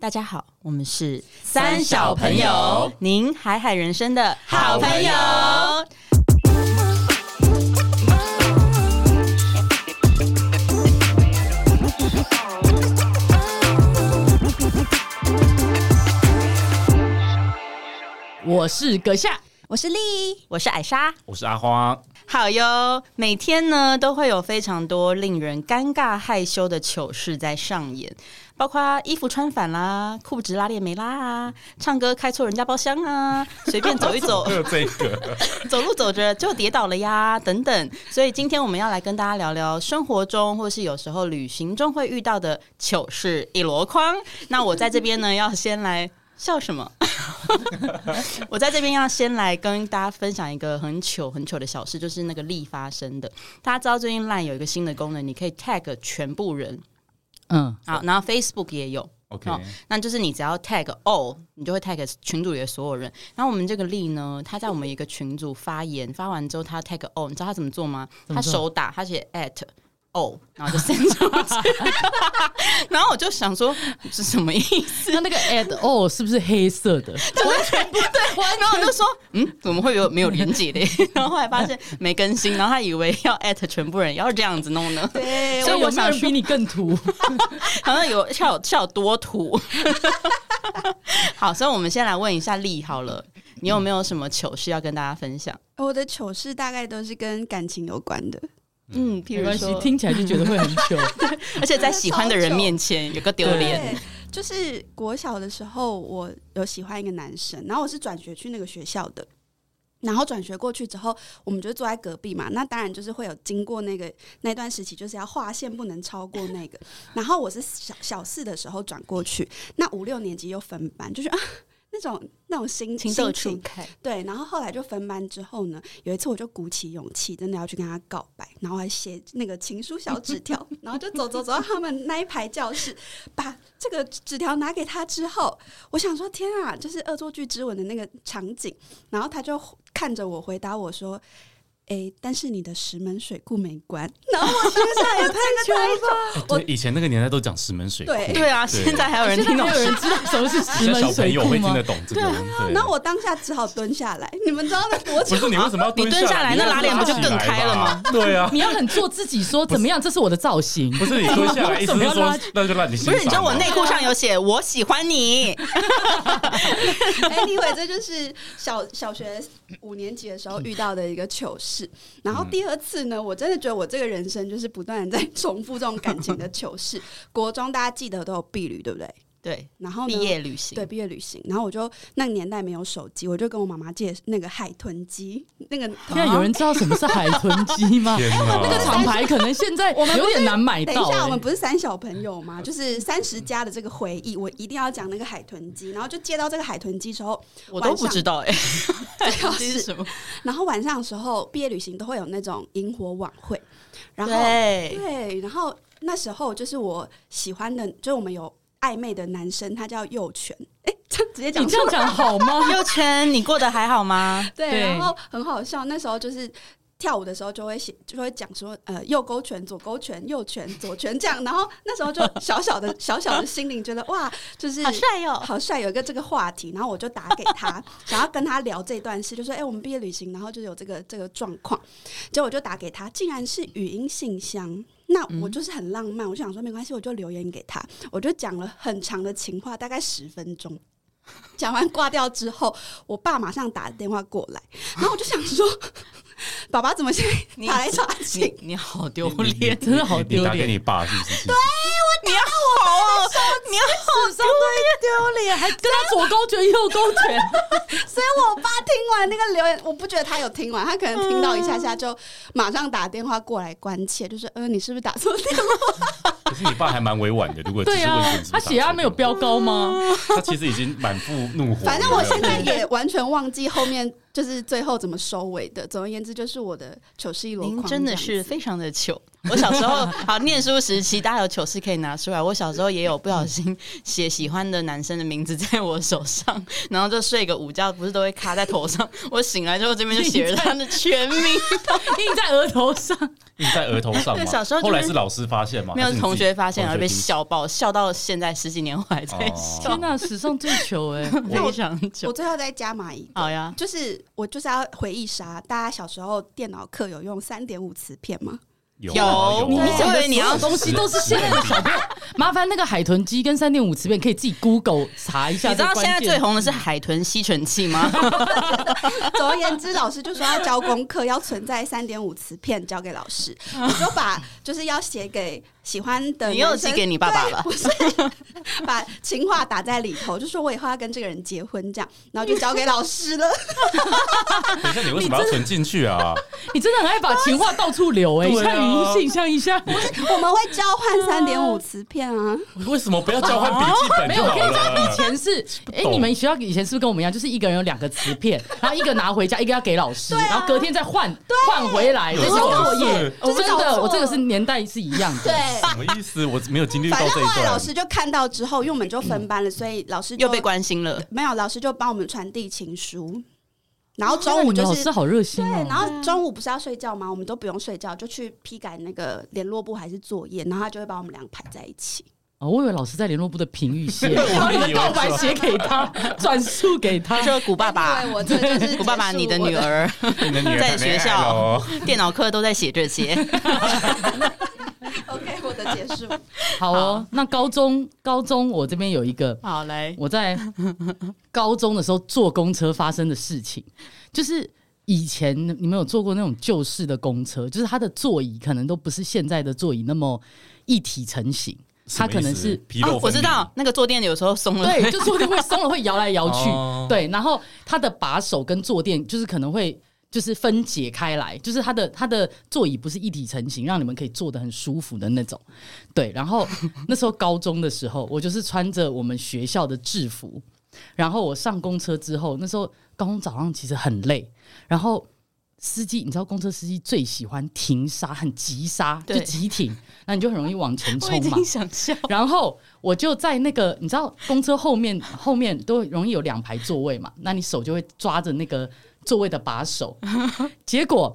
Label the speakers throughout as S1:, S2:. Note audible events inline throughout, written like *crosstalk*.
S1: 大家好，我们是
S2: 三小朋友，
S1: 您海海人生的
S2: 好朋友。我是阁下，
S1: 我是丽，我是艾莎。
S3: 我是阿花，
S1: 好哟，每天呢都会有非常多令人尴尬害羞的糗事在上演，包括衣服穿反啦、裤子拉链没拉啊、唱歌开错人家包厢啊、随便走一
S3: *laughs*
S1: 走
S3: 还有这个
S1: 走路走着就跌倒了呀，等等。所以今天我们要来跟大家聊聊生活中或是有时候旅行中会遇到的糗事一箩筐。那我在这边呢，要先来。笑什么？ *laughs* 我在这边要先来跟大家分享一个很糗很糗的小事，就是那个力发生的。大家知道最近 LINE 有一个新的功能，你可以 tag 全部人，
S2: 嗯，
S1: 好，然后 Facebook 也有，
S3: OK，
S1: 哦那就是你只要 tag all，你就会 tag 群组里的所有人。然后我们这个丽呢，她在我们一个群组发言，发完之后她 tag all，你知道她怎么做吗？她手打，她写 at。all，然后就 send 出去，然后我就想说是什么意思？
S2: 那那个 at all 是不是黑色
S1: *laughs*
S2: 的？
S1: 完全不对，然后我就说，嗯，怎么会有没有连接的？ *laughs* 然后后来发现没更新，然后他以为要 at 全部人，要这样子弄呢。
S2: 对
S1: 所以我
S2: 有没有
S1: 想
S2: 人
S1: 说
S2: 比你更土。 *laughs*
S1: 好像有是有是有多土。 *laughs* 好，所以我们先来问一下丽好了，你有没有什么糗事要跟大家分享？
S4: 我的糗事大概都是跟感情有关的，
S1: 嗯，譬
S2: 没
S1: 如
S2: 关系，
S1: 说，
S2: 听起来就觉得会很 *laughs* 糗。
S1: 而且在喜欢的人面前有个丢脸，
S4: 对，就是国小的时候，我有喜欢一个男生，然后我是转学去那个学校的。然后转学过去之后，我们就坐在隔壁嘛。那当然就是会有经过那个那段时期，就是要划线不能超过那个。然后我是小小四的时候转过去，那五六年级又分班，就是啊那种那种心
S1: 情
S4: 心
S1: 窦初
S4: 情
S1: 开。
S4: 对，然后后来就分班之后呢，有一次我就鼓起勇气，真的要去跟他告白，然后还写那个情书小纸条，然后就走走走到他们那一排教室，把这个纸条拿给他之后，我想说天啊，就是恶作剧之吻的那个场景，然后他就看着我回答我说。哎，但是你的石门水库没关， *laughs* 然后我当下也太了吧！
S3: 哎
S4: 我
S3: 对，以前那个年代都讲石门水库，
S4: 对
S1: 对啊，
S3: 对
S1: 现在还有人听
S2: 现在
S1: 懂
S2: 还有人知道什么是
S3: 比较
S2: 石门
S3: 小朋
S2: 水
S3: 友
S2: 库
S3: 会听
S2: 吗
S3: 得？懂这个。对
S4: 啊那我当下只好蹲下来，你们知道那多
S3: 不
S4: 久
S3: 是你为什么要
S1: 你蹲
S3: 蹲
S1: 下来
S3: 来？
S1: 那
S3: 你要
S1: 拉链不就更
S3: 拉起来
S1: 开了
S3: 吧
S1: 吗？
S3: 对啊，
S2: 你要很做自己，说怎么样？这是我的造型。
S3: 不是你蹲下来，意思是
S2: 为什么要
S3: 说
S2: 拉
S3: 那就让你欣
S1: 不
S3: 赏
S1: 是，你知道我
S3: 嘛
S1: 内裤上有写“我喜欢你 *laughs*
S4: anyway，这就是小小学五年级的时候遇到的一个糗事。然
S2: 嗯
S4: 后第二次呢，我真的觉得我这个人生就是不断的在重复这种感情的糗事。国中大家记得都有避旅，对不对？”，
S1: 对，
S4: 然后呢
S1: 毕业旅行，
S4: 对毕业旅行，然后我就那个年代没有手机，我就跟我妈妈借那个海豚机，那个啊
S2: 现在有人知道什么是海豚鸡
S3: *laughs*
S2: 吗？
S3: 天哪，
S2: 哎那个厂牌可能现在有点难买
S4: 等一
S2: 到、
S4: 下，我们
S2: 欸。
S4: 不是三小朋友吗？就是三十加的这个回忆，我一定要讲那个海豚机。然后就借到这个海豚机之后，
S1: 我都不知道哎，
S4: 晚上
S1: 这 *laughs* 是什么？
S4: 然后晚上的时候，毕业旅行都会有那种萤火晚会，然后
S1: 对，
S4: 对，然后那时候就是我喜欢的，就是我们有暧昧的男生，他叫幼犬，哎、这直接讲
S2: 你这样
S4: 出来
S2: 讲好 *laughs* 吗？
S1: 右圈，你过得还好吗？
S4: 对，
S2: 对
S4: 然后很好笑，那时候就是。跳舞的时候就会写，就会讲说，呃，右勾拳、左勾拳、右拳、左拳这样。然后那时候就小小的、小小的心灵觉得，哇，就是
S1: 好帅哦哟！
S4: 好帅，有一个这个话题，然后我就打给他，想要跟他聊这段事，就说：“哎、我们毕业旅行，然后就有这个这个状况。”结果我就打给他，竟然是语音信箱。那我就是很浪漫，我就想说没关系，我就留言给他，我就讲了很长的情话，大概十分钟。讲完挂掉之后，我爸马上打电话过来，然后我就想说，爸爸怎么现在
S1: 你
S4: 打来查寝？
S1: 你你好丢脸，
S2: 真的好
S3: 你
S2: 丢
S3: 打给
S2: 脸，
S3: 你爸是不是？对，
S1: 你好，你好
S2: 伤会丢脸，还跟他左勾拳右勾
S3: *laughs*
S2: 拳，
S4: 所以我爸听完那个留言，我不觉得他有听完，他可能听到一下下就马上打电话过来关切，就是呃，你是不是打错 *laughs* 电话？
S3: 可是你爸还蛮委婉的，如果只
S2: 对
S3: 是问
S2: 啊
S3: 题，，
S2: 他血压没有，飙高吗？ *laughs*
S3: 他其实已经满腹怒火了。
S4: 反正我现在
S3: 对
S4: 也完全忘记后面就是最后怎么收尾的。总而言之，就是我的糗事一箩
S1: 您
S4: 筐。
S1: 真的是非常的糗。我小时候好念书时期，大家有糗事可以拿出来。我小时候也有不小心写喜欢的男生的名字在我手上，然后就睡个午觉，不是都会卡在头上。我醒来之后，这边就写着他的全名。
S2: 印在额头 *laughs* 上，
S3: 印在额头上吗？
S1: 对小时候就是
S3: 后来是老师发现吗？
S1: 没有
S3: 还是你自己
S1: 同学发现，
S3: 同
S1: 然
S3: 学
S1: 后被
S3: 听
S1: 笑爆，笑到现在十几年后还在
S3: 哦
S1: 笑，
S2: 天哪，史上最糗哎！
S4: 那我
S1: 非常
S4: 我
S1: 久。
S4: 最后再加码一个，
S1: 好呀，
S4: 就是我就是要回忆杀。大家小时候电脑课有用三点五磁片吗？
S3: 有
S1: 有
S3: 啊
S1: 你
S3: 有啊
S1: 讲的
S3: 有啊
S1: 所有你要
S2: 东西都是现在的小朋友。麻烦那个海豚机跟三点五磁片可以自己 Google 查一下
S1: 你知
S2: 这
S1: 道
S2: 关
S1: 现
S2: 键。
S1: 在最红的是海豚吸尘器吗？
S4: *laughs* 总而言之，老师就说要交功课，要存在三点五磁片交给老
S1: *laughs*
S4: 师。我就把就是要写给喜欢的，
S1: 你又寄给你爸爸了
S4: 对不是 *laughs* 把情话打在里头，就说我以后要跟这个人结婚这样，然后就交给老师
S1: *laughs*
S4: 了。
S3: 等一下，你为什么要存进去啊？
S2: 你真的很爱把情话到处流哎，
S3: 对啊
S2: 像语音信箱一下。
S4: 我们会交换三点五磁片啊，
S3: *laughs*
S1: *laughs*
S3: 为什么不要交换笔记本
S2: 没
S3: 就
S2: 有，我
S3: 好
S2: 跟你讲，以
S3: 了？
S2: 前是，哎、
S3: 懂
S2: 你们学校以前是不是跟我们一样，就是一个人有两个磁片，然后一个拿回家，一个要给老师，然后隔天再换换回来，
S3: 有
S2: 这是
S3: 这种
S2: 作业
S3: 事。
S4: 就是
S2: 真
S4: 搞
S2: 的，
S4: 错
S2: 我这个是年代是一样
S3: *laughs*
S2: 的。
S4: 对。
S3: 什么意思？我没有经历
S4: 反
S3: 到
S4: 正
S3: 这一
S4: 后来
S3: 段。
S4: 老师就看到之后，因为我们就分班了，所以老师就
S1: 又被关心了。
S4: 没有，老师就帮我们传递情书，然后
S2: 真
S4: 中
S2: 的，
S4: 午
S2: 你们
S4: 就
S2: 老
S4: 是
S2: 师好热心
S4: 对，然
S2: 哦。
S4: 后中午不是要睡觉吗？我们都不用睡觉，就去批改那个联络簿还是作业，然后他就会把我们俩排在一起。
S2: 哦，我以为老师在联络部的评语写，
S3: *laughs* 我也以为
S2: 然后你的告白写
S3: *laughs*
S2: 给他，转述给他
S1: 他。说古爸爸
S4: 因，为我这就是
S1: *laughs* 古爸爸，你的女儿
S3: 你的女儿
S1: 在
S3: 谈恋
S1: 学
S3: 爱
S1: 校
S3: 咯
S1: 电脑课都在写这些。
S4: ，OK，我的结束。
S2: 好哦，那高中高中我这边有一个，
S1: 好，来，
S2: 我在高中的时候坐公车发生的事情，就是以前你们有坐过那种旧式的公车，就是它的座椅可能都不是现在的座椅那么一体成型，
S3: 什么
S2: 它
S3: 意思
S2: 可能是
S3: 皮肉
S1: 哦
S3: 分明，
S1: 我知道那个坐垫有时候松 *laughs* 了，
S2: 对，就坐垫会松了，会摇来摇去
S3: 哦，
S2: 对，然后它的把手跟坐垫就是可能会。就是分解开来，就是它的它的座椅不是一体成型，让你们可以坐得很舒服的那种。对，然后那时候高中的时候，我就是穿着我们学校的制服，然后我上公车之后，那时候高中早上其实很累，然后司机你知道公车司机最喜欢停刹，很急刹，就
S1: 对
S2: 急停，那你就很容易往前
S1: 我已
S2: 冲嘛
S1: 经。想笑。
S2: 然后我就在那个，你知道公车后面后面都容易有两排座位嘛，那你手就会抓着那个座位的把手，
S1: *laughs*
S2: 结果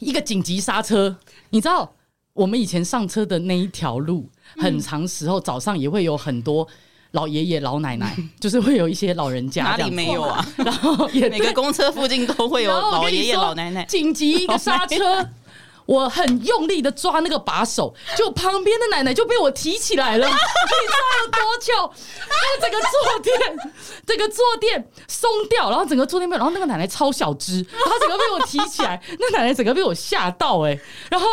S2: 一个紧急刹车，你知道我们以前上车的那一条路，很长时候早上也会有很多。老爷爷、老奶奶，就是会有一些老人家
S1: 嗯哪里
S2: 这样子
S1: 没有啊？
S2: 然后也
S1: 每个公车附近都会有
S2: *laughs* 然后我
S1: 老
S2: 跟你
S1: 爷爷、
S2: 说
S1: 老奶奶。
S2: 紧急一个刹车，我很用力的抓那个把手，就旁边的奶奶就被我提起来了，你知 *laughs* 道有多久？那整个坐垫，整个坐垫松掉，然后整个坐垫被，然后那个奶奶超小只，然后整个被我提起来， *laughs* 那奶奶整个被我吓到哎、欸然后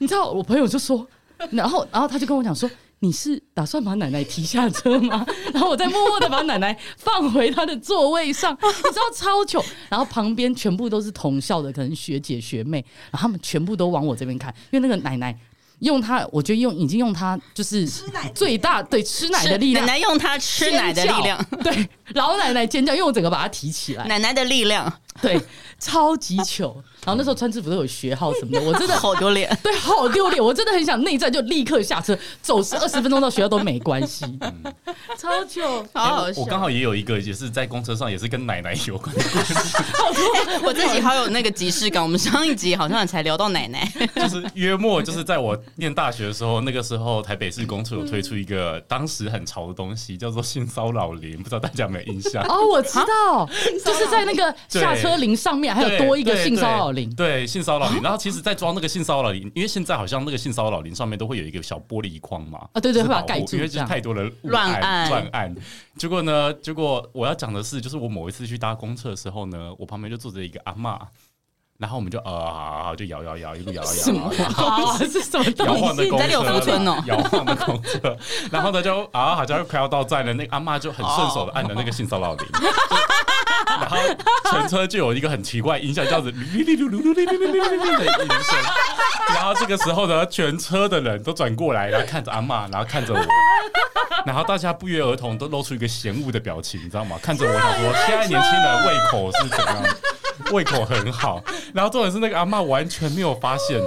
S2: 你知道我朋友就说，然后然后他就跟我讲说。你是打算把奶奶提下车吗？ *laughs* 然后我再默默的把奶奶放回她的座位上，你知道超糗。然后旁边全部都是同校的，可能学姐学妹，然后他们全部都往我这边看，因为那个奶奶用她，我觉得用已经用她就是
S4: 奶
S2: 最大对吃奶的力量
S1: 奶，奶用它吃奶的力 *laughs* 量，
S2: 尖叫，对，老奶奶尖叫，因为我整个把她提起
S1: *laughs*
S2: 来，
S1: 奶奶的力量，
S2: 对，超级糗。然后那时候穿制服都有学号什么的，我
S1: *laughs*
S2: 真的
S1: 好丢
S2: *laughs*
S1: 脸。
S2: 对好丢脸，我真的很想内战就立刻下车，走十二十分钟到学校都没关系，超糗。
S1: 好好
S3: 哎
S1: 笑！
S3: 我刚好也有一个，也是在公车上，也是跟奶奶有 *laughs* 关的故事，
S1: 哎 *laughs* 我自己好有那个即视感。我们上一集好像才聊到奶奶，
S3: 就是约莫就是在我念大学的时候，那个时候台北市公处有推出一个当时很潮的东西，叫做性骚扰铃，不知道大家有没有印象？
S2: 哦，我知道，就是在那个下车铃上面还有多一个性骚扰哦铃，
S3: 对，对对性骚扰铃。然后其实，在装那个性骚扰铃，因为现在好像那个性骚扰铃上面都会有一个小玻璃框嘛，
S2: 啊对对
S3: 就是
S2: 会把它
S3: 保护
S2: 盖住
S3: 因为就是
S2: 这样
S3: 太多人误
S1: 乱按
S3: 按乱按。结果呢，结果我要讲的是，就是我某一次去搭公车的时候呢，我旁边就坐着一个阿嬷，然后我们就啊，就摇摇摇，一路摇摇
S2: 什么
S3: 摇，
S2: 啊？ *laughs* 是什么
S3: 摇
S2: 东
S3: 晃的
S2: 西？
S3: 公车
S1: 你是在
S3: 啦，
S1: 柳福村哦
S3: 摇晃的
S1: *laughs*
S3: 公车，然后呢就啊，好像快要到站了，那个阿嬷就很顺手的按了那个性骚扰铃，就然后全车就有一个很奇怪的音效，这样子噜噜噜噜噜噜噜噜噜的音声，然后这个时候呢，全车的人都转过来，然后看着阿嬷，然后看着我。然后大家不约而同都露出一个嫌恶的表情，你知道吗？看着我想说，现在年轻人胃口是怎样？胃口很好。然后重点是那个阿嬷完全没有发现，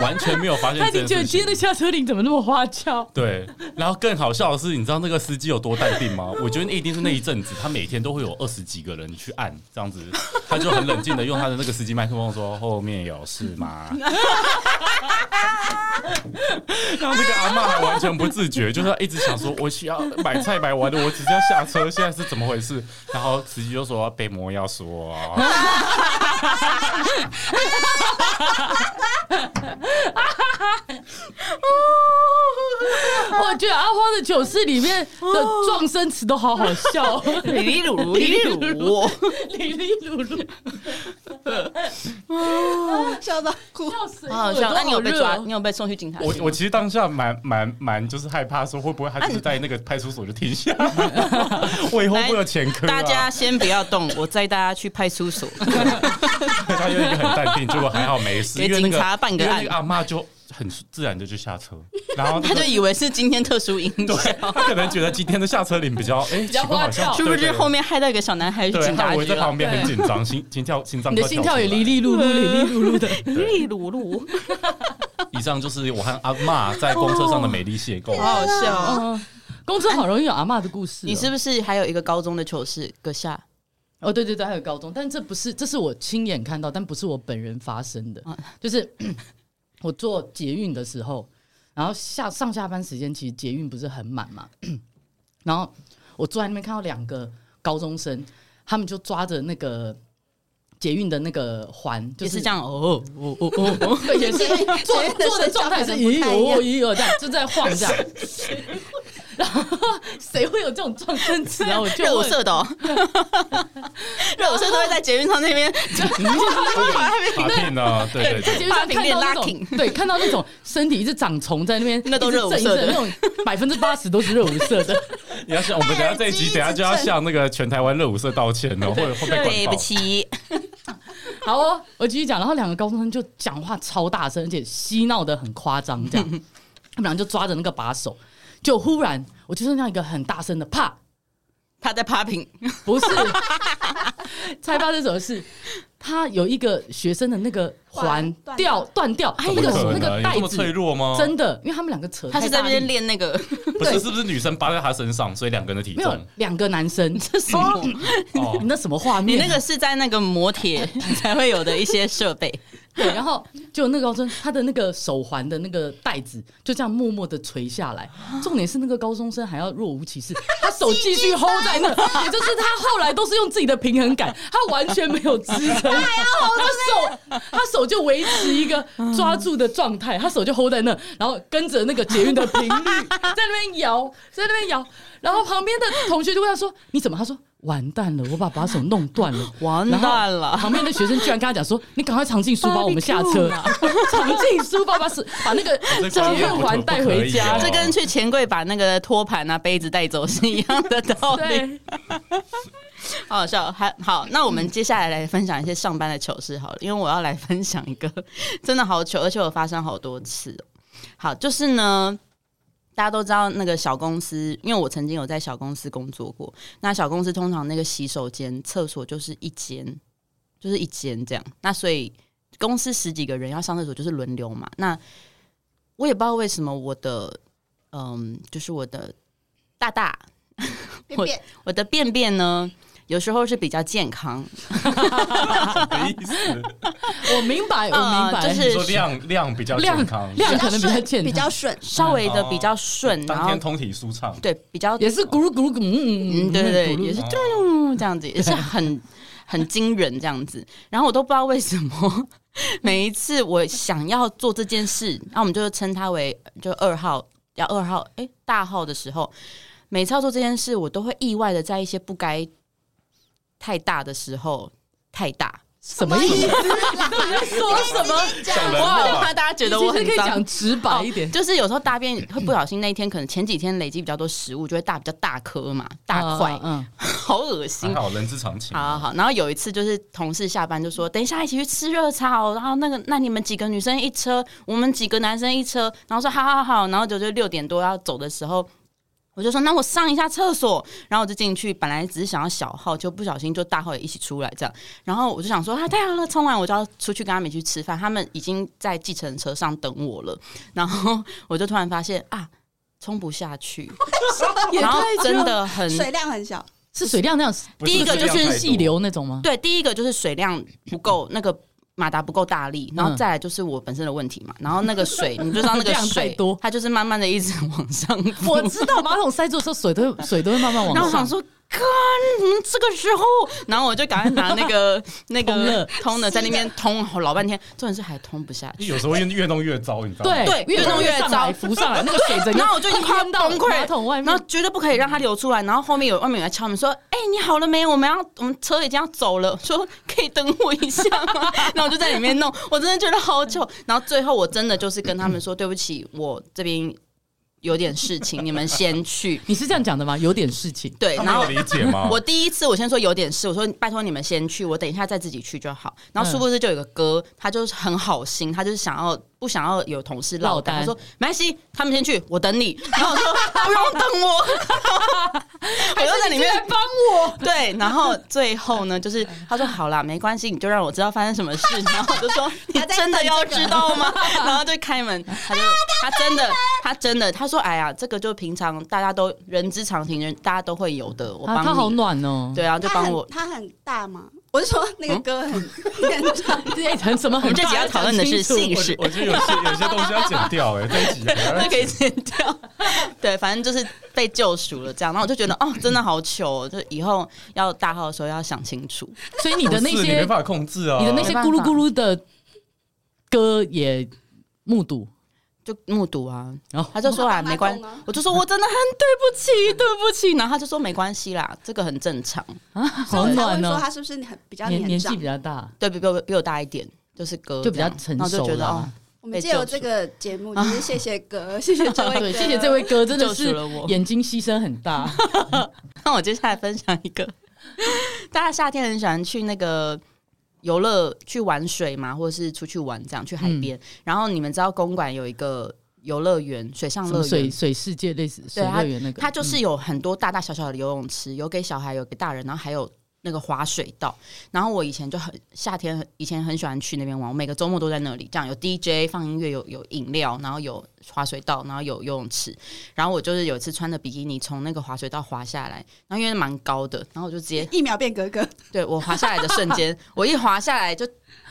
S3: 完全没有发现
S2: 他已
S3: 这
S2: 经觉
S3: 件
S2: 得
S3: 事
S2: 今
S3: 情。
S2: 天的下车铃怎么那么花俏？
S3: 对，然后更好笑的是，你知道那个司机有多淡定吗？ *laughs* 我觉得那一定是那一阵子，他每天都会有二十几个人去按
S1: *laughs*
S3: 这样子，他就很冷静的用他的那个司机麦克风说：“后面有事
S1: *laughs*
S3: 吗？”然后那个阿嬷还完全不自觉，就是一直想说：“我需要买菜买完了，我只是要下车，现在是怎么回事？”然后司机就说：“被魔要说、啊
S1: *laughs*
S2: 我觉得阿花的糗事里面的
S1: 哦
S2: 撞声词都好好
S1: *laughs*
S3: *laughs*
S2: 笑，
S1: 哩哩噜
S2: *laughs*
S1: 噜哩哩噜噜，
S2: 里里噜噜，
S4: *laughs* 笑到哭。
S2: 笑死！
S1: 好好哦笑。那你有被抓？
S2: 我
S1: 你有被送去警察
S3: 我
S1: 局吗？
S3: 我其实当下蛮蛮蛮就是害怕，说会不会他就是在那个派出所就
S1: *laughs*
S3: 停下，我以后会有前科、啊。
S1: 大家先不要动，我载大家去派出
S3: *laughs*
S1: 所。
S3: 他又一个很淡定，结果还好没事，
S1: 给
S3: 因为那个
S1: 警察办个
S3: 因为
S1: 案
S3: 那个阿嬷就很自然的就下车，然后那
S1: 他
S3: 个
S1: 就以为是今天特殊音
S3: 对
S1: 效，，
S3: 他可能觉得今天的下车铃比较哎，
S2: 比较
S3: 奇怪好像
S2: 花
S1: 是不
S3: 对
S1: 是
S3: 对对
S1: 后面害到一个小男孩去
S3: 对，
S1: 警
S3: 他
S1: 察
S3: 我
S1: 局
S3: 在
S1: 了
S3: 旁？边很紧张，心心跳心脏
S2: 你的
S3: 快
S2: 心
S3: 跳
S2: 跳也
S3: 出来
S2: 里里
S4: *laughs*
S2: 噜噜、里里噜噜的。
S1: 哩哩噜噜，
S3: 以上就是我和阿嬷在公车上的美丽邂逅。
S1: 好好笑哦。
S2: 嗯，公车好容易有阿嬷的故事哦。
S1: 你是不是还有一个高中的糗事？阁下，
S2: 哦，对对对，还有高中，但这不是，这是我亲眼看到，但不是我本人发生的。
S1: 嗯
S2: 就是 *coughs* 我坐捷运的时候，然后下上下班时间，其实捷运不是很满嘛，然后我坐在那边看到两个高中生，他们就抓着那个捷运的那个环，就
S1: 也
S2: 是
S1: 是这样哦哦哦哦
S2: *laughs*
S1: 哦，
S2: 对，也是
S4: 对
S2: 坐
S4: 觉得
S2: 坐的状态是咦哦 *laughs* 咦哦这样，就在晃这样。 *laughs* 然后谁会有这种撞声词啊？我就
S1: 热舞
S2: *laughs* 问
S1: 社的哦，热舞社都会在捷运上那 *laughs* 边，
S3: 卡片呢？对对
S2: 在
S3: 对，
S2: 街上看到那
S1: 拉
S2: 种
S1: 挺
S2: 对，看到那种身体一直长虫在那
S1: *laughs*
S2: 边，
S1: 那都
S2: 一直
S1: 热舞
S2: 震一
S1: 社
S2: 震
S1: 的
S2: 那种百分之八十都是热舞社的。
S3: 你要想我们等一下这一集，等一下就要向那个全台湾热舞社道歉哦，会会被管
S1: 对
S3: 爆
S1: 不。起，
S2: 好哦，我继续讲。然后两个高中生就讲话超大声，而且嬉闹的很夸张，这样。他们俩就抓着那个把手，就忽然我就听到一个很大声的啪，
S1: 他在 popping，
S2: 不是， *laughs* 猜发生什么事？他有一个学生的那个环
S4: 断
S2: 掉断掉，
S1: 哎
S2: 那
S3: 怎么
S1: 呦
S3: 可
S2: 个那
S3: 能
S2: 个
S3: 有
S2: 带
S3: 这么脆
S2: 子
S3: 弱啊吗？
S2: 真的，因为他们两个扯太
S1: 他是
S2: 大力，
S1: 在那边练那个，
S3: 不是，是不是女生扒在他身上，所以两个人的体
S2: 没有
S3: 重？
S2: 两个男生，
S1: 这什么？
S3: 哦
S2: *laughs* 你，那什么画
S1: *laughs* 你
S2: 面？
S1: 那个是在那个磨铁 *laughs* 才会有的一些设备，
S2: 对，然后就那个高中生，他的那个手环的那个带子就这样默默的垂下来。重点是那个高中生还要若无其事，他手继续 hold 在那，也就是他后来都是用自己的平衡感，他完全没有支撑，他手他手就维持一个抓住的状态，他手就 hold 在那，然后跟着那个捷运的频率在那边摇，在那边摇，然后旁边的同学就问他说：“你怎么？”他说。完蛋了，我把把手弄断了，
S1: 完蛋了。
S2: 旁边的学生居然跟他讲说：“你赶快藏进书包，我们下
S1: *laughs*
S2: 车。”藏进书包，把手把那个
S3: 这观
S2: 捷
S3: 念
S2: 运
S3: 不
S2: 环
S3: 不
S2: 带
S3: 可
S2: 回
S3: 以
S2: 家
S3: *laughs* 哦。
S1: 这跟去钱柜把那个托盘啊、杯子带走是一样的道理，
S2: 对，
S1: 好好笑。还好，那我们接下来来分享一些上班的糗事好了，因为我要来分享一个真的好糗，而且我发生好多次哦、好，就是呢，大家都知道那个小公司，因为我曾经有在小公司工作过。那小公司通常那个洗手间、厕所就是一间，就是一间这样。那所以公司十几个人要上厕所就是轮流嘛。那我也不知道为什么我的，嗯，就是我的大大，
S4: 便便
S1: 我的便便呢，有时候是比较健康，
S3: *laughs* 什么意思？
S2: 我明白，我明
S1: 呃
S2: 白，
S1: 就
S3: 你
S1: 是
S3: 说量量比较健康
S2: 量，量可能比较
S4: 顺
S2: 健
S4: 比
S2: 康，
S4: 较啊顺，
S1: 稍微的比较顺，然
S3: 哎当
S1: 后
S2: 哦
S3: 天通体舒畅。
S1: 对比较
S2: 也是咕噜咕噜咕噜，嗯
S1: 嗯，
S2: 嗯，
S1: 对对
S2: 咕噜
S1: 对，也是
S3: 哦
S1: 嗯这样子，
S2: *laughs*
S1: 也是很很惊人这样子。然后我都不知道为什么， *laughs* 每一次我想要做这件事，那我们就称它为就二号，要二号，哎、大号的时候，每次要做这件事，我都会意外的在一些不该太大的时候太大。
S2: 什么意思？
S4: 你在
S2: 说什么
S3: 讲人
S1: *laughs* 我好
S3: 话
S1: 怕大家觉得我
S2: 其
S1: 很
S2: 实可以
S1: 脏
S2: 讲。直白一点
S1: 哦，就是有时候大便会不小心，那一天可能前几天累积比较多食物，就会大比较大颗嘛，大块，
S2: 嗯，
S1: 好恶心
S3: 还。好人之常情。
S1: 好好好，然后有一次就是同事下班就说，等一下一起去吃热炒，然后那个那你们几个女生一车，我们几个男生一车，然后说好好好，然后就就六点多要走的时候，我就说那我上一下厕所，然后我就进去，本来只是想要小号，就不小心就大号也一起出来这样。然后我就想说啊，太好了，冲完我就要出去跟他们一起去吃饭，他们已经在计程车上等我了。然后我就突然发现啊，冲不下去，
S2: 也
S1: *laughs* 然后
S2: 太
S1: 真的很
S4: 水量很小，
S2: 是水量那样，
S3: 不是
S1: 第一个就是
S3: 这样太多
S2: 细流那种吗？
S1: 对，第一个就是水量不够，那个马达不够大力，然后
S2: 嗯
S1: 再来就是我本身的问题嘛。然后那个水，
S2: *laughs*
S1: 你就知道那个
S2: 量太
S1: 水
S2: 多
S1: 它就是慢慢的一直往上浮。
S2: 我知道马桶塞住的时候，水都 *laughs* 会水都会慢慢往
S1: *laughs* 然后我
S2: 上
S1: 想。说，看这个时候，然后我就赶快拿那
S2: *laughs*
S1: 个那
S2: 通
S1: 个
S2: 了
S1: 通的在那边通好老半天，重点是还通不下去。
S3: 有时候越越弄越糟，你知道吗？
S2: 对
S1: 对越弄越
S2: 上
S1: 糟
S2: 来浮上来，那个水整个
S1: *laughs* 然后我就已经快要
S2: 淹到
S1: 崩溃
S2: 马桶外
S1: 然
S2: 面
S1: 后。绝对不可以让它流出来。然后后面有外面有人敲门说：“哎、你好了没？我们要我们车已经要走了，说可以等我一下吗？”然后我就在里面弄，我真的觉得好久。然后最后我真的就是跟他们说：“对不起，我这边有点事情，你们先去。
S2: 你是这样讲的吗？有点事情”，
S1: 对，
S3: 他
S1: 然
S3: 们
S1: 后
S3: 有理解
S2: 啊
S3: 吗？
S1: 我第一次我先说有点事，我说拜托你们先去，我等一下再自己去就好。然
S2: 嗯
S1: 后殊不知就有个哥，他就是很好心，他就是想要不想要有同事落单，
S2: 落单
S1: 他说没关系，他们先去，我等你。然
S2: *laughs*
S1: 后我说不用等我， *laughs* 我就在里面。
S2: 帮我。
S1: 对，然后最后呢，就是他说好啦，没关系，你就让我知道发生什么
S2: *laughs*
S1: 事。然后我就说你
S4: 他在
S1: 真的
S4: 等
S1: 要
S4: 这个
S1: 知道吗？然后就开门，他就他真的他真的他说哎呀，这个就平常大家都人之常情，人大家都会有的，我
S2: 啊，
S1: 帮
S2: 他好
S1: 你。
S2: 暖哦。
S1: 对啊，就
S4: 它
S1: 帮
S4: 很
S1: 我。
S4: 它很大吗？我是说那个歌很很长，
S2: 对，哎很什么
S1: 我
S2: 很
S1: 们
S2: 大？
S1: 这集要讨论的是
S2: 讲清楚
S1: 姓氏，
S3: 我觉得有些有些东西要剪掉哎，这一
S2: *laughs*
S3: 集
S1: *laughs* 那可以剪掉。对，反正就是被救赎了这样。然后我就觉得，
S2: 嗯
S1: 哦，真的好糗、哦，就以后要大号的时候要想清楚。
S2: 所以你的那
S3: 不是你没
S2: 些
S3: 办法控制啊，
S2: 你的那些咕噜咕噜的歌也目睹，
S1: 就目睹啊，
S2: 然后
S1: 他就说啊，
S4: 我爸妈
S1: 没关
S4: 懂啊，
S1: 我就说我真的很对不
S2: *laughs*
S1: 起，对不起。然后他就说没关系啦，这个很正常。
S2: 啊，
S4: 所
S2: 好
S4: 以我才
S2: 暖
S4: 会说
S2: 哦。
S4: 他是不是很比较
S2: 年年纪
S4: 长
S2: 比？较大，
S1: 对比比我比我大一点，就是哥
S2: 就比较
S1: 这样
S2: 成
S1: 然后就
S2: 熟
S1: 觉得哦
S2: 了，。
S4: 我们借由这个节目，就是谢谢哥，谢谢这位哥，
S2: 对，谢谢这位哥，真的
S1: 哦救赎
S2: 是
S1: 了我
S2: 眼睛牺牲很大。
S1: 那我接下来分享一个， *laughs* 大家夏天很喜欢去那个游乐去玩水嘛，或者是出去玩这样去海
S2: 嗯
S1: 边。然后你们知道公馆有一个游乐园，水上
S2: 什
S1: 乐
S2: 么
S1: 园
S2: 水。水世界类似水
S1: 对
S2: 乐园那个，
S1: 它就是
S2: 嗯
S1: 有很多大大小小的游泳池，有给小孩，有给大人，然后还有那个滑水道。然后我以前就很夏天，以前很喜欢去那边玩，我每个周末都在那里。这样有 DJ 放音乐，有有饮料，然后有滑水道，然后有游泳池。然后我就是有一次穿着比基尼从那个滑水道滑下来，然后因为蛮高的，然后我就直
S2: *laughs*
S1: 接
S4: 一秒变格格，
S1: 对我滑下来的瞬间，我一滑下来就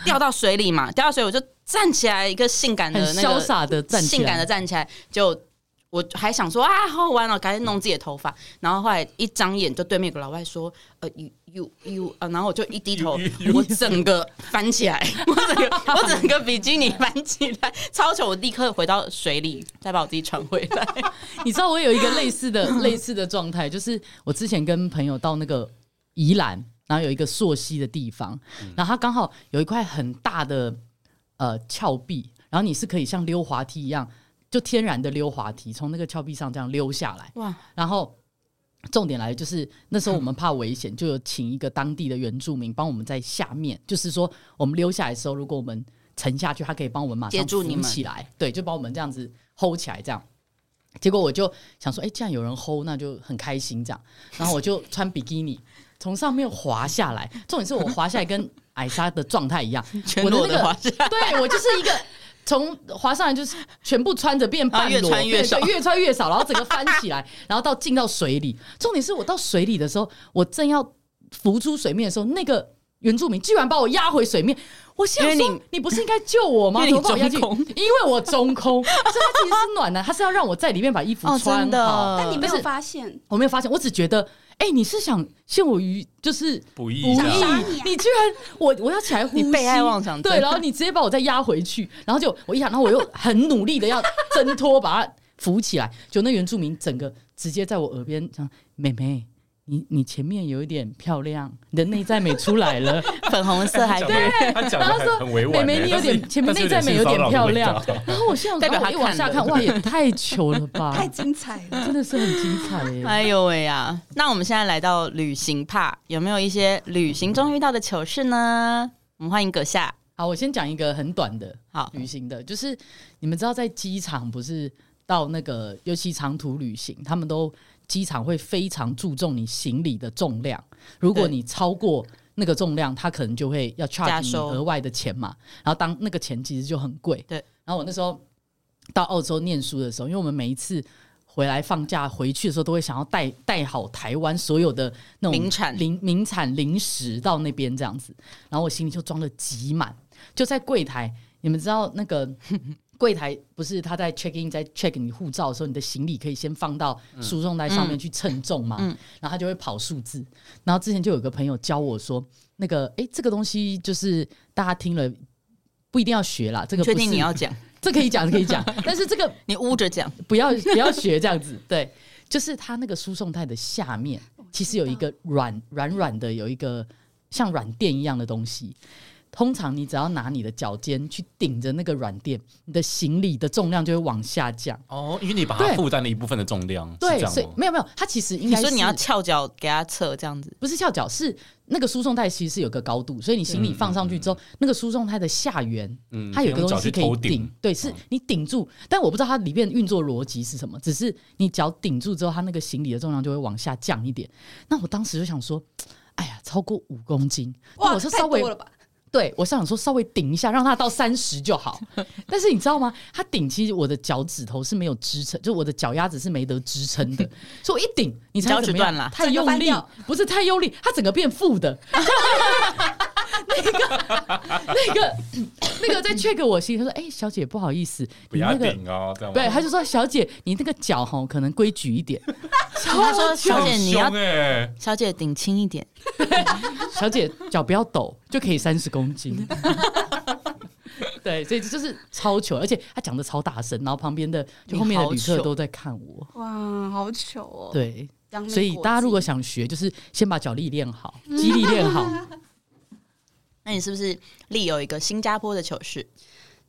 S1: 掉到水里嘛，掉到水我就站起来，一个性感
S2: 很
S1: 的那
S2: 潇
S1: 个
S2: 洒的站起
S1: 性感的
S2: 来，
S1: 站起来，就我还想说啊，好好玩哦，赶紧弄自己的头发。然后后来一张眼，就对面有个老外说，呃，you you you，呃，然后我就一低 *laughs* 头
S3: You- you-，you
S1: 我整个翻起来， *laughs* 我整个我整个比基尼翻起来，超丑，我立刻回到水里，再把我自己传回来。
S2: 你知道我有一个类似的类似的状态，就是我之前跟朋友到那个宜兰，然后有一个溯溪的地方，然后它刚好有一块很大的呃峭壁，然后你是可以像溜滑梯一样，就天然的溜滑梯从那个峭壁上这样溜下来，
S1: *laughs* 哇，
S2: 然后。重点来了就是那时候我们怕危险，就有请一个当地的原住民帮我们在下面，就是说我们溜下来的时候，如果我们沉下去，他可以帮我们马上
S1: 接住你
S2: 扶
S1: 们
S2: 起来，对，就把我们这样子 hold 起来这样。结果我就想说，哎、既然有人 hold，那就很开心这样。然后我就穿比基尼从上面滑下来，重点是我滑下来跟 *laughs* 艾莎的状态一样，
S1: 全
S2: 我的
S1: 裸
S2: 那
S1: 的
S2: 个
S1: 滑下来。
S2: 对我就是一个从滑上来就是全部穿着变半
S1: 啊越
S2: 裸，
S1: 穿越
S2: 对
S1: 少
S2: 对越穿越少，然后整个翻起来，然后到进到水里。重点是我到水里的时候，我正要浮出水面的时候，那个原住民居然把我压回水面。我想
S1: 因为
S2: 说
S1: 你，
S2: 你不是应该救我吗？
S1: 因为
S2: 怎
S1: 你
S2: 么把我压进去
S1: 中空？
S2: 因为我中空，所以他其实是暖男，他是要让我在里面把衣服
S1: *laughs* 哦，
S2: 穿
S1: 真的，
S2: 好。
S4: 但你没
S2: 但
S4: 有
S2: 是
S4: 发现，
S2: 我没有发现，我只觉得，哎、你是想陷我于就是
S3: 不易
S2: 不
S3: 这样，
S2: 易
S4: 杀你啊，
S2: 你居然我我要起来呼吸，
S1: 你被害妄想症
S2: 对，然后你直接把我再压回去，然后就我一想，然后我又很努力的要挣脱，把它扶起来，就那原住民整个直接在我耳边讲：“妹妹，你你前面有一点漂亮，你的内在美出来
S1: *laughs*
S2: 了。”
S1: 粉红色还
S3: 讲得他讲的
S2: 然后说
S3: 很很委婉欸，
S2: 妹妹你有点
S3: 但是
S2: 前面
S3: 但是
S2: 内在美有
S3: 性骚扰
S2: 点
S3: 的
S2: 漂
S3: 味
S2: 亮
S3: 道
S2: 然后我现在
S1: 代表
S2: 我
S1: 他
S2: 一往下
S1: 看
S2: 看，
S1: 了
S2: 哇，也太糗了
S1: *laughs*
S2: 吧
S4: 太，精彩了。
S2: 真的是很精彩
S1: *laughs*
S2: 耶！
S1: 哎呦喂呀、那我们现在来到旅行怕，有没有一些旅行中遇到的糗事呢？我们欢迎阁下。
S2: 好，我先讲一个很短的
S1: 好，
S2: 旅行的，就是你们知道在机场不是到那个，尤其长途旅行，他们都机场会非常注重你行李的重量。如果
S1: 对
S2: 你超过那个重量，他可能就会要
S1: 加
S2: charge 你
S1: 收
S2: 额外的钱嘛。然后当那个钱其实就很贵。
S1: 对。
S2: 然后我那时候到澳洲念书的时候，因为我们每一次回来放假回去的时候，都会想要带带好台湾所有的那种
S1: 名产
S2: 零名产零食到那边这样子。然后我行李就装的极满，就在柜台，你们知道
S1: *laughs*
S2: 那个柜台不是他在 check in 在 check 你护照的时候，你的行李可以先放到输送带上面去称重嘛，
S1: 嗯
S2: 然后他就会跑数字。然后之前就有个朋友教我说，那个诶，这个东西就是大家听了不一定要学啦，这个
S1: 确
S2: 不
S1: 定
S2: 是
S1: 你要讲，
S2: 这可以讲可
S1: *laughs*
S2: 以讲，但是这个
S1: 你捂着讲，
S2: 不要 *laughs* 不要学这样子，对，就是它那个输送带的下面其实有一个软软软的，有一个像软垫一样的东西。通常你只要拿你的脚尖去顶着那个软垫，你的行李的重量就会往下降。
S3: 哦，因为你把它
S2: 对
S3: 负担了一部分的重量，是
S2: 对
S3: 这，
S2: 所以
S3: 样哦吗？
S2: 没有没有，它其实应
S1: 你
S2: 该
S1: 说
S2: 是
S1: 你要翘脚给他测这 *laughs* 样子，
S2: 不是翘脚，是那个输送带其实是有个高度，所以你行李放上去之后，那个输送带的下缘
S3: 嗯
S2: 它有
S3: 用
S2: 个东
S3: 脚
S2: 西
S3: 去
S2: 可以
S3: 头
S2: 顶
S3: 顶，，嗯
S2: 对，是你顶住，但我不知道它里面运作逻辑是什么，只是你脚顶住之后，它那个行李的重量就会往下降一点。那我当时就想说，哎呀，超过五公斤，那
S4: *laughs* 哇，
S2: 我是
S4: 太
S2: 稍微
S4: 多了吧？
S2: 对我是想说稍微顶一下，让它到三十就好。但是你知道吗？它顶其实我的脚趾头是没有支撑，就我的脚丫子是没得支撑的，所以我一顶，你猜
S1: 脚
S2: 怎
S1: 趾
S2: 么样
S1: 断了
S2: 太用
S4: 整个翻
S2: 力
S4: 掉，
S2: 不是太用力，它整个变负的。那个那个那个在 check 我心里，他说：“哎、小姐，不好意思，
S3: 不
S2: 你
S3: 要
S2: 那个。”
S3: 顶哦，这样吗
S2: 对，他就说：“小姐，你那个脚哈，可能规矩一点。
S1: 他 *laughs* 说小姐
S3: 很
S1: 你要
S3: 凶哎，
S1: 小姐顶轻一点，
S2: 小姐脚不要抖，就可以三十公斤。对，所以这就是超糗，而且他讲的超大声，然后旁边的就后面的旅
S1: 你好
S2: 客
S1: 糗
S2: 都在看我。
S4: 哇，好糗哦！
S2: 对，
S4: 杨梅果汁，
S2: 所以大家如果想学，就是先把脚力练好，
S1: 嗯
S2: 肌力练
S1: *laughs*
S2: 好。
S1: 那你是不是立有一个新加坡的糗事？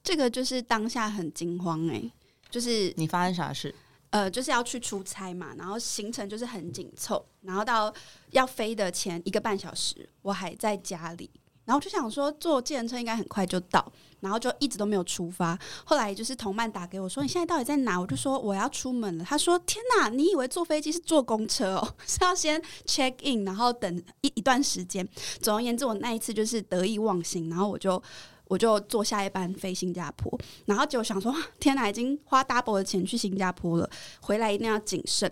S4: 这个就是当下很惊慌哎、就是
S1: 你发生啥事？
S4: 呃，就是要去出差嘛，然后行程就是很紧凑，然后到要飞的前一个半小时，我还在家里，然后就想说坐计程车应该很快就到，然后就一直都没有出发。后来就是同伴打给我说：“你现在到底在哪？”我就说：“我要出门了。”他说：“天哪，你以为坐飞机是坐公车哦？ *laughs* 是要先 check in，然后等一一段时间。”总而言之，我那一次就是得意忘形，然后我就。我就坐下一班飞新加坡，然后就想说，哇天哪，已经花 double 的钱去新加坡了，回来一定要谨慎，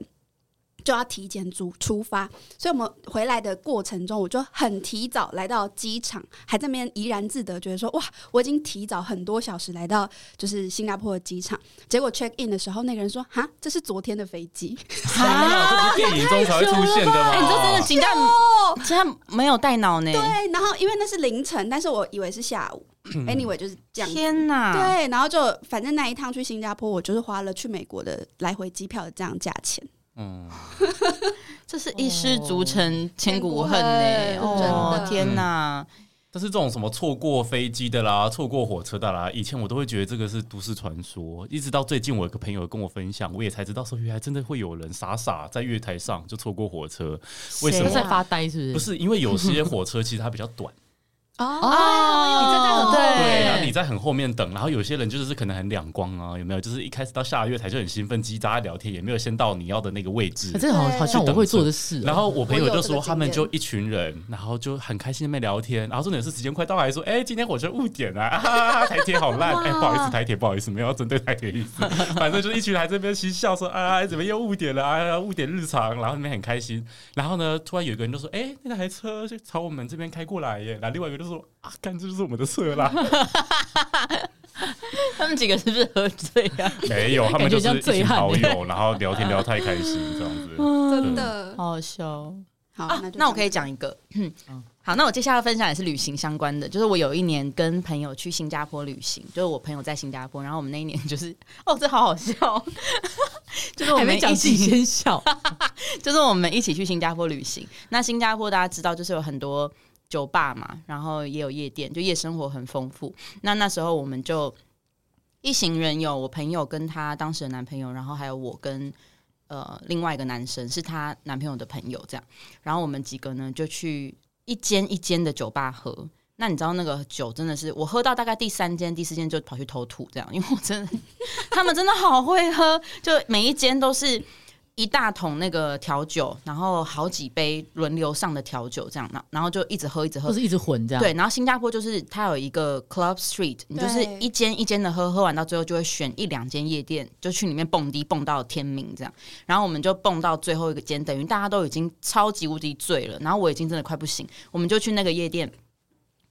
S4: 就要提前出出发。所以我们回来的过程中，我就很提早来到机场，还在那边怡然自得，觉得说哇，我已经提早很多小时来到就是新加坡的机场。结果 check in 的时候，那个人说哈，这是昨天的飞机，
S3: 啊，这不是电影中才会出现的吗？
S1: 哎，你这真的惊到，
S4: 哦，
S1: 这没有带脑呢。
S4: 对。然后因为那是凌晨，但是我以为是下午。anyway，就是这样子。
S1: 天哪！
S4: 对，然后就反正那一趟去新加坡，我就是花了去美国的来回机票的这样价钱。
S3: 嗯，
S1: 这是一失足成千古恨呢、
S4: 千古恨
S1: 哦
S4: 真，的
S1: 天哪！
S3: 但是这种什么错过飞机的啦，错过火车的啦，以前我都会觉得这个是都市传说，一直到最近我有个朋友跟我分享，我也才知道说原来真的会有人傻傻在月台上就错过火车，为什
S1: 谁
S3: 么
S2: 他
S1: 啊
S2: 在发呆是
S3: 不
S2: 不是？
S3: 是因为有些火车其实它比较
S1: *laughs*
S3: 短，
S4: 哦
S2: 哦，
S1: 哎
S2: 你站在很后
S3: 对，
S2: 面
S3: 然后你在很后面等，然后有些人就是可能很两光啊，有没有？就是一开始到下月台就很兴奋，叽叽喳喳聊天，也没有先到你要的那个位置
S2: 哎。这好好像我会做的事哦。
S3: 然后我朋友就
S4: 我有这个经
S3: 说，
S4: 验
S3: 他们就一群人，然后就很开心在那边聊天，然后重点是时间快到，还说，哎、今天火车误点啊，啊 *laughs* 哈哈台铁好烂，哎、不好意思，台铁不好意思，没有要针对台铁的意思， *laughs* 反正就是一群人还在那边嬉笑说，啊，怎么又误点了啊，误点日常，然后那边很开心，然后呢，突然有一个人就说，哎、那台车就朝我们这边开过来耶，然后另外一个就说，啊，干，这就是我们的车
S4: *laughs*
S3: 啦，
S1: *laughs* 他们几个是不是喝醉啊？
S3: 没哎有，他们
S2: 感
S3: 就
S2: 觉
S3: 是
S2: 像
S3: 一群
S2: 醉汉
S3: 好友，然后聊天聊太开心这样子，
S4: *laughs* 真的
S1: 好好笑哦
S4: 好，
S1: 啊
S4: 那！就
S1: 那我可
S4: 以
S1: 以讲一个，
S2: 嗯
S1: *clears throat* 好，那我接下来分享也是旅行相关的，就是我有一年跟朋友去新加坡旅行，就是我朋友在新加坡，然后我们那一年就是，哦，这好好笑 *laughs* 哦，就是我
S2: 还
S1: 们
S2: 没讲
S1: 一
S2: 自己
S1: 起
S2: 先
S1: *laughs*
S2: 笑，
S1: 就是我们一起去新加坡旅行。那新加坡大家知道，就是有很多酒吧嘛，然后也有夜店，就夜生活很丰富。那那时候我们就一行人有我朋友跟她当时的男朋友，然后还有我跟呃另外一个男生是她男朋友的朋友这样。然后我们几个呢就去一间一间的酒吧喝。那你知道那个酒真的是，我喝到大概第三间、第四间就跑去偷吐，这样，因为我真的，他们真的好会喝，就每一间都是一大桶那个调酒，然后好几杯轮流上的调酒，这样，然然后就一直喝，一直
S2: 或
S1: 喝
S2: 是。一直混这样。
S1: 对，，然后新加坡就是它有一个 Club Street，你就是
S4: 对
S1: 一间一间的喝，喝完到最后就会选一两间夜店，就去里面蹦迪，蹦到天明这样。然后我们就蹦到最后一个间，等于大家都已经超级无敌醉了，然后我已经真的快不行，我们就去那个夜店。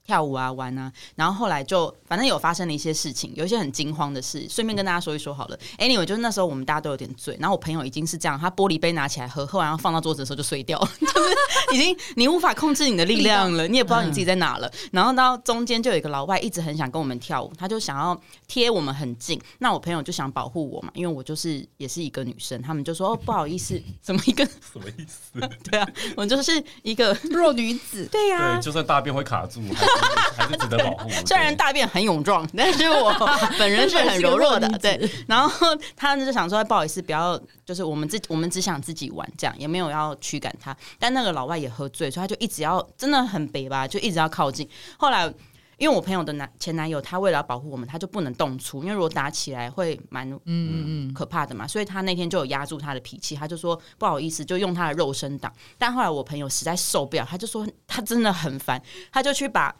S1: 跳舞啊，玩啊，然后后来就反正有发生了一些事情，有一些很惊慌的事，顺便跟大家说一说好了。Anyway，就是那时候我们大家都有点醉，然后我朋友已经是这样，他玻璃杯拿起来喝，喝完要放到桌子的时候就碎掉了， *laughs* 就是已经你无法控制你的力量
S4: *laughs*
S1: 了，你也不知道你自己在哪了。
S4: 嗯
S1: 然后到中间就有一个老外一直很想跟我们跳舞，他就想要贴我们很近，那我朋友就想保护我嘛，因为我就是也是一个女生，他们就说哦不好意思，怎么一个 *laughs*
S3: 什么意思？
S1: 对啊，我就是一个，
S4: 弱女子
S1: 对呀、
S3: 对，就算大便会卡住，还是还是值得保
S4: *laughs*
S3: 护。
S1: 虽然
S3: 对
S1: 大便很勇壮，但是 *laughs* 我本人是很柔弱的
S2: 本人。是个弱
S1: 对，然后他们就想说，不好意思，不要，就是我们自我们只想自己玩，这样也没有要驱赶他。但那个老外也喝醉，所以他就一直要真的很北吧，就一直要靠近。后来。因为我朋友的男前男友，他为了要保护我们，他就不能动粗，因为如果打起来会蛮
S2: 嗯嗯嗯，
S1: 可怕的嘛，所以他那天就有压住他的脾气，他就说不好意思，就用他的肉身挡。但后来我朋友实在受不了，他就说他真的很烦，他就去把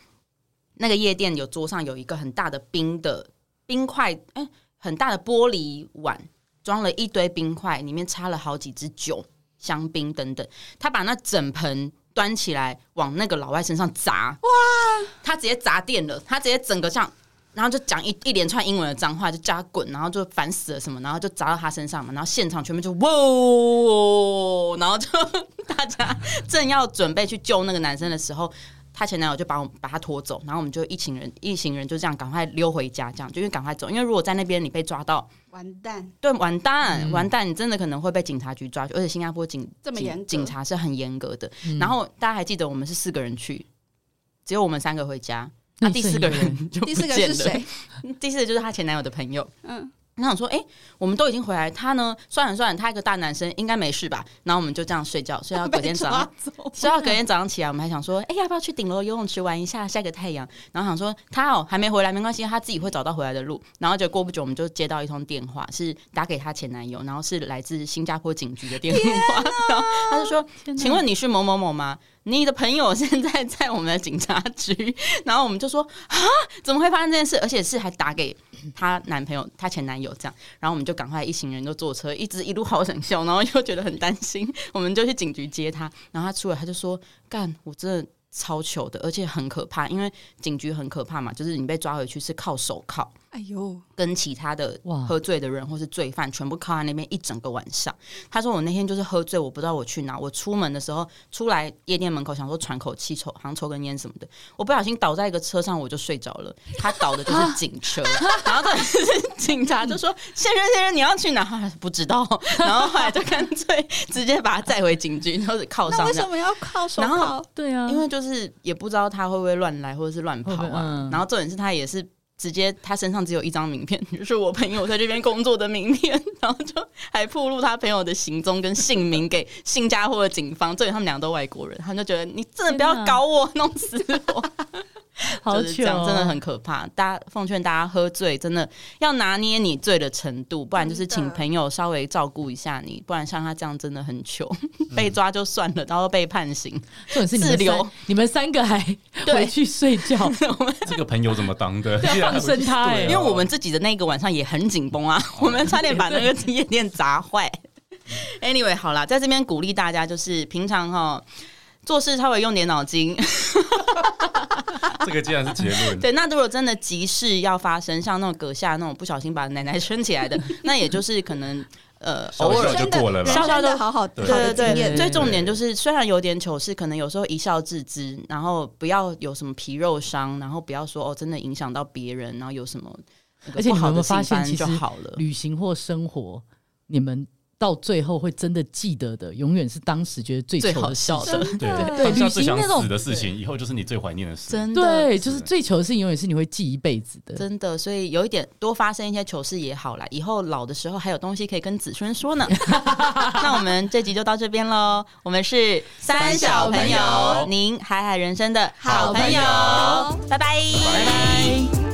S1: 那个夜店有桌上有一个很大的冰的冰块，哎、很大的玻璃碗装了一堆冰块，里面插了好几支酒、香槟等等，他把那整盆。端起来往那个老外身上砸，哇！他直接砸电了，他直接整个像然后就讲一一连串英文的脏话，就叫他滚，然后就烦死了什么，然后就砸到他身上嘛，然后现场全部就哇，然后就大家正要准备去救那个男生的时候。他前男友就把我把他拖走，然后我们就一群人一行人就这样赶快溜回家，这样就因为赶快走，因为如果在那边你被抓到，
S4: 完蛋，
S1: 对，完蛋、
S2: 嗯
S1: 完蛋，你真的可能会被警察局抓去，而且新加坡警
S4: 这么
S1: 警
S4: 严格
S1: 警察是很严格的。
S2: 嗯
S1: 然后大家还记得我们是四个人去，只有我们三个回家，那、
S2: 那哎你
S1: 第
S2: 剩
S1: 四
S2: 一
S1: 个
S2: 个
S1: 人就
S4: 第四
S1: 不
S4: 个
S1: 见
S4: 是
S1: 了
S4: 谁？
S1: 第四个就是她前男友的朋友。
S4: 嗯，
S1: 然后我说：“哎、我们都已经回来，他呢？算了算了，他一个大男生，应该没事吧？”然后我们就这样睡觉，睡到啊隔
S4: *laughs* 被
S1: 天早
S4: 抓
S1: 上，
S4: 走，
S1: 睡到隔天早上起来，我们还想说：“哎、要不要去顶楼游泳池玩一下，晒个太阳？”然后想说他哦还没回来，没关系，他自己会找到回来的路。然后就过不久，我们就接到一通电话，是打给她前男友，然后是来自新加坡警局的电话， *laughs* 然后他就说：“
S2: 嗯
S1: 请问你是某某某吗？你的朋友现在在我们的警察局。 *laughs* 然后我们就说啊，怎么会发生这件事？而且是还打给她男朋友、她前男友这样。然后我们就赶快一行人就坐车，一直一路好想笑，然后又觉得很担心，我们就去警局接她。然后她出来，她就说：“干，我真的超糗的，而且很可怕，因为警局很可怕嘛，就是你被抓回去是靠手铐。”
S4: 哎呦，
S1: 跟其他的
S2: 哇
S1: 喝醉的人或是罪犯全部靠在那边一整个晚上。他说我那天就是喝醉，我不知道我去哪。我出门的时候出来夜店门口，想说喘口气、抽好像抽根烟什么的，我不小心倒在一个车上，我就睡着
S4: *laughs*
S1: 了。他倒的就是警车，然后他是警察就说：“先生，先生，你要去哪？”他说不知道。然后后来就干脆直接把他载回警局，然后铐哦
S4: 那
S1: 上
S4: 为
S1: 这
S4: 什
S1: 样。
S4: 么要靠手
S1: 然后
S4: 铐？
S2: 对啊，
S1: 因为就是也不知道他会不会乱来或者是乱跑
S2: 会不会
S1: 啊
S2: 嗯。
S1: 然后重点是他也是直接他身上只有一张名片， *laughs* 就是我朋友在这边工作的名片， *laughs* 然后就还暴露他朋友的行踪跟姓名给新加坡的警方。重点他们两个都外国人，他们就觉得你真的不要搞我，弄死我。 *laughs*
S2: 好
S1: 就是这样，
S2: 糗哦
S1: 真的很可怕。大家奉劝大家喝醉，真的要拿捏你醉的程度，不然就是
S4: 真
S1: 请
S4: 的
S1: 朋友稍微照顾一下你，不然像他这样真的很糗，
S2: 嗯
S1: *laughs* 被抓就算了，然后被判刑。
S2: 重点是你们
S1: 自留
S2: 三，你们三个还
S1: 对
S2: 回去睡觉，
S3: *laughs* 这个朋友怎么当的？*laughs*
S2: 对啊放生他哎
S1: 因为我们自己的那个晚上也很紧绷啊，我们差点把那个夜店砸坏。Anyway，好啦，在这边鼓励大家，就是平常哈做事稍微用点脑筋。 *laughs*
S3: 这个竟然是结论。
S1: 对，那如果真的急事要发生，像那种阁下那种不小心把奶奶撑起来的，那也就是可能呃
S3: 稍
S1: 偶
S3: 微
S1: 尔
S3: 笑就过了啦
S4: 人生
S1: 笑笑就
S4: 的好好好
S3: 对
S1: 对
S4: 的
S1: 对
S4: 经
S1: 对，
S4: 验，
S1: 最重点就是，虽然有点糗事，可能有时候一笑置之，然后不要有什么皮肉伤，然后不要说哦，真的影响到别人，然后有什么那个
S2: 而且
S1: 不
S2: 你们
S1: 好
S2: 有没有
S1: 的
S2: 发
S1: 新
S2: 现
S1: 番
S2: 其
S1: 就
S2: 实
S1: 好了。
S2: 旅行或生活，你们到最后会真的记得的，永远是当时觉得最
S1: 最
S2: 糗
S1: 好
S2: 的事
S1: 笑
S2: 情。
S1: 的，
S3: 对
S2: 对
S3: 当下
S2: 旅
S3: 最
S2: 行
S3: 想
S2: 那种
S3: 死的事情，以后就是你最怀念的事。
S1: 真的
S2: 对，就是最糗的事情，永远是你会记一辈子的。
S1: 真的，所以有一点多发生一些糗事也好啦，以后老的时候还有东西可以跟子孙说 *laughs* 呢。那我们这集就到这边喽，我们是三小朋
S3: 三小朋
S1: 友
S3: 友，
S1: 您海海人生的
S3: 好
S1: 好朋
S3: 朋
S1: 友
S3: 友，
S1: 拜拜，拜拜。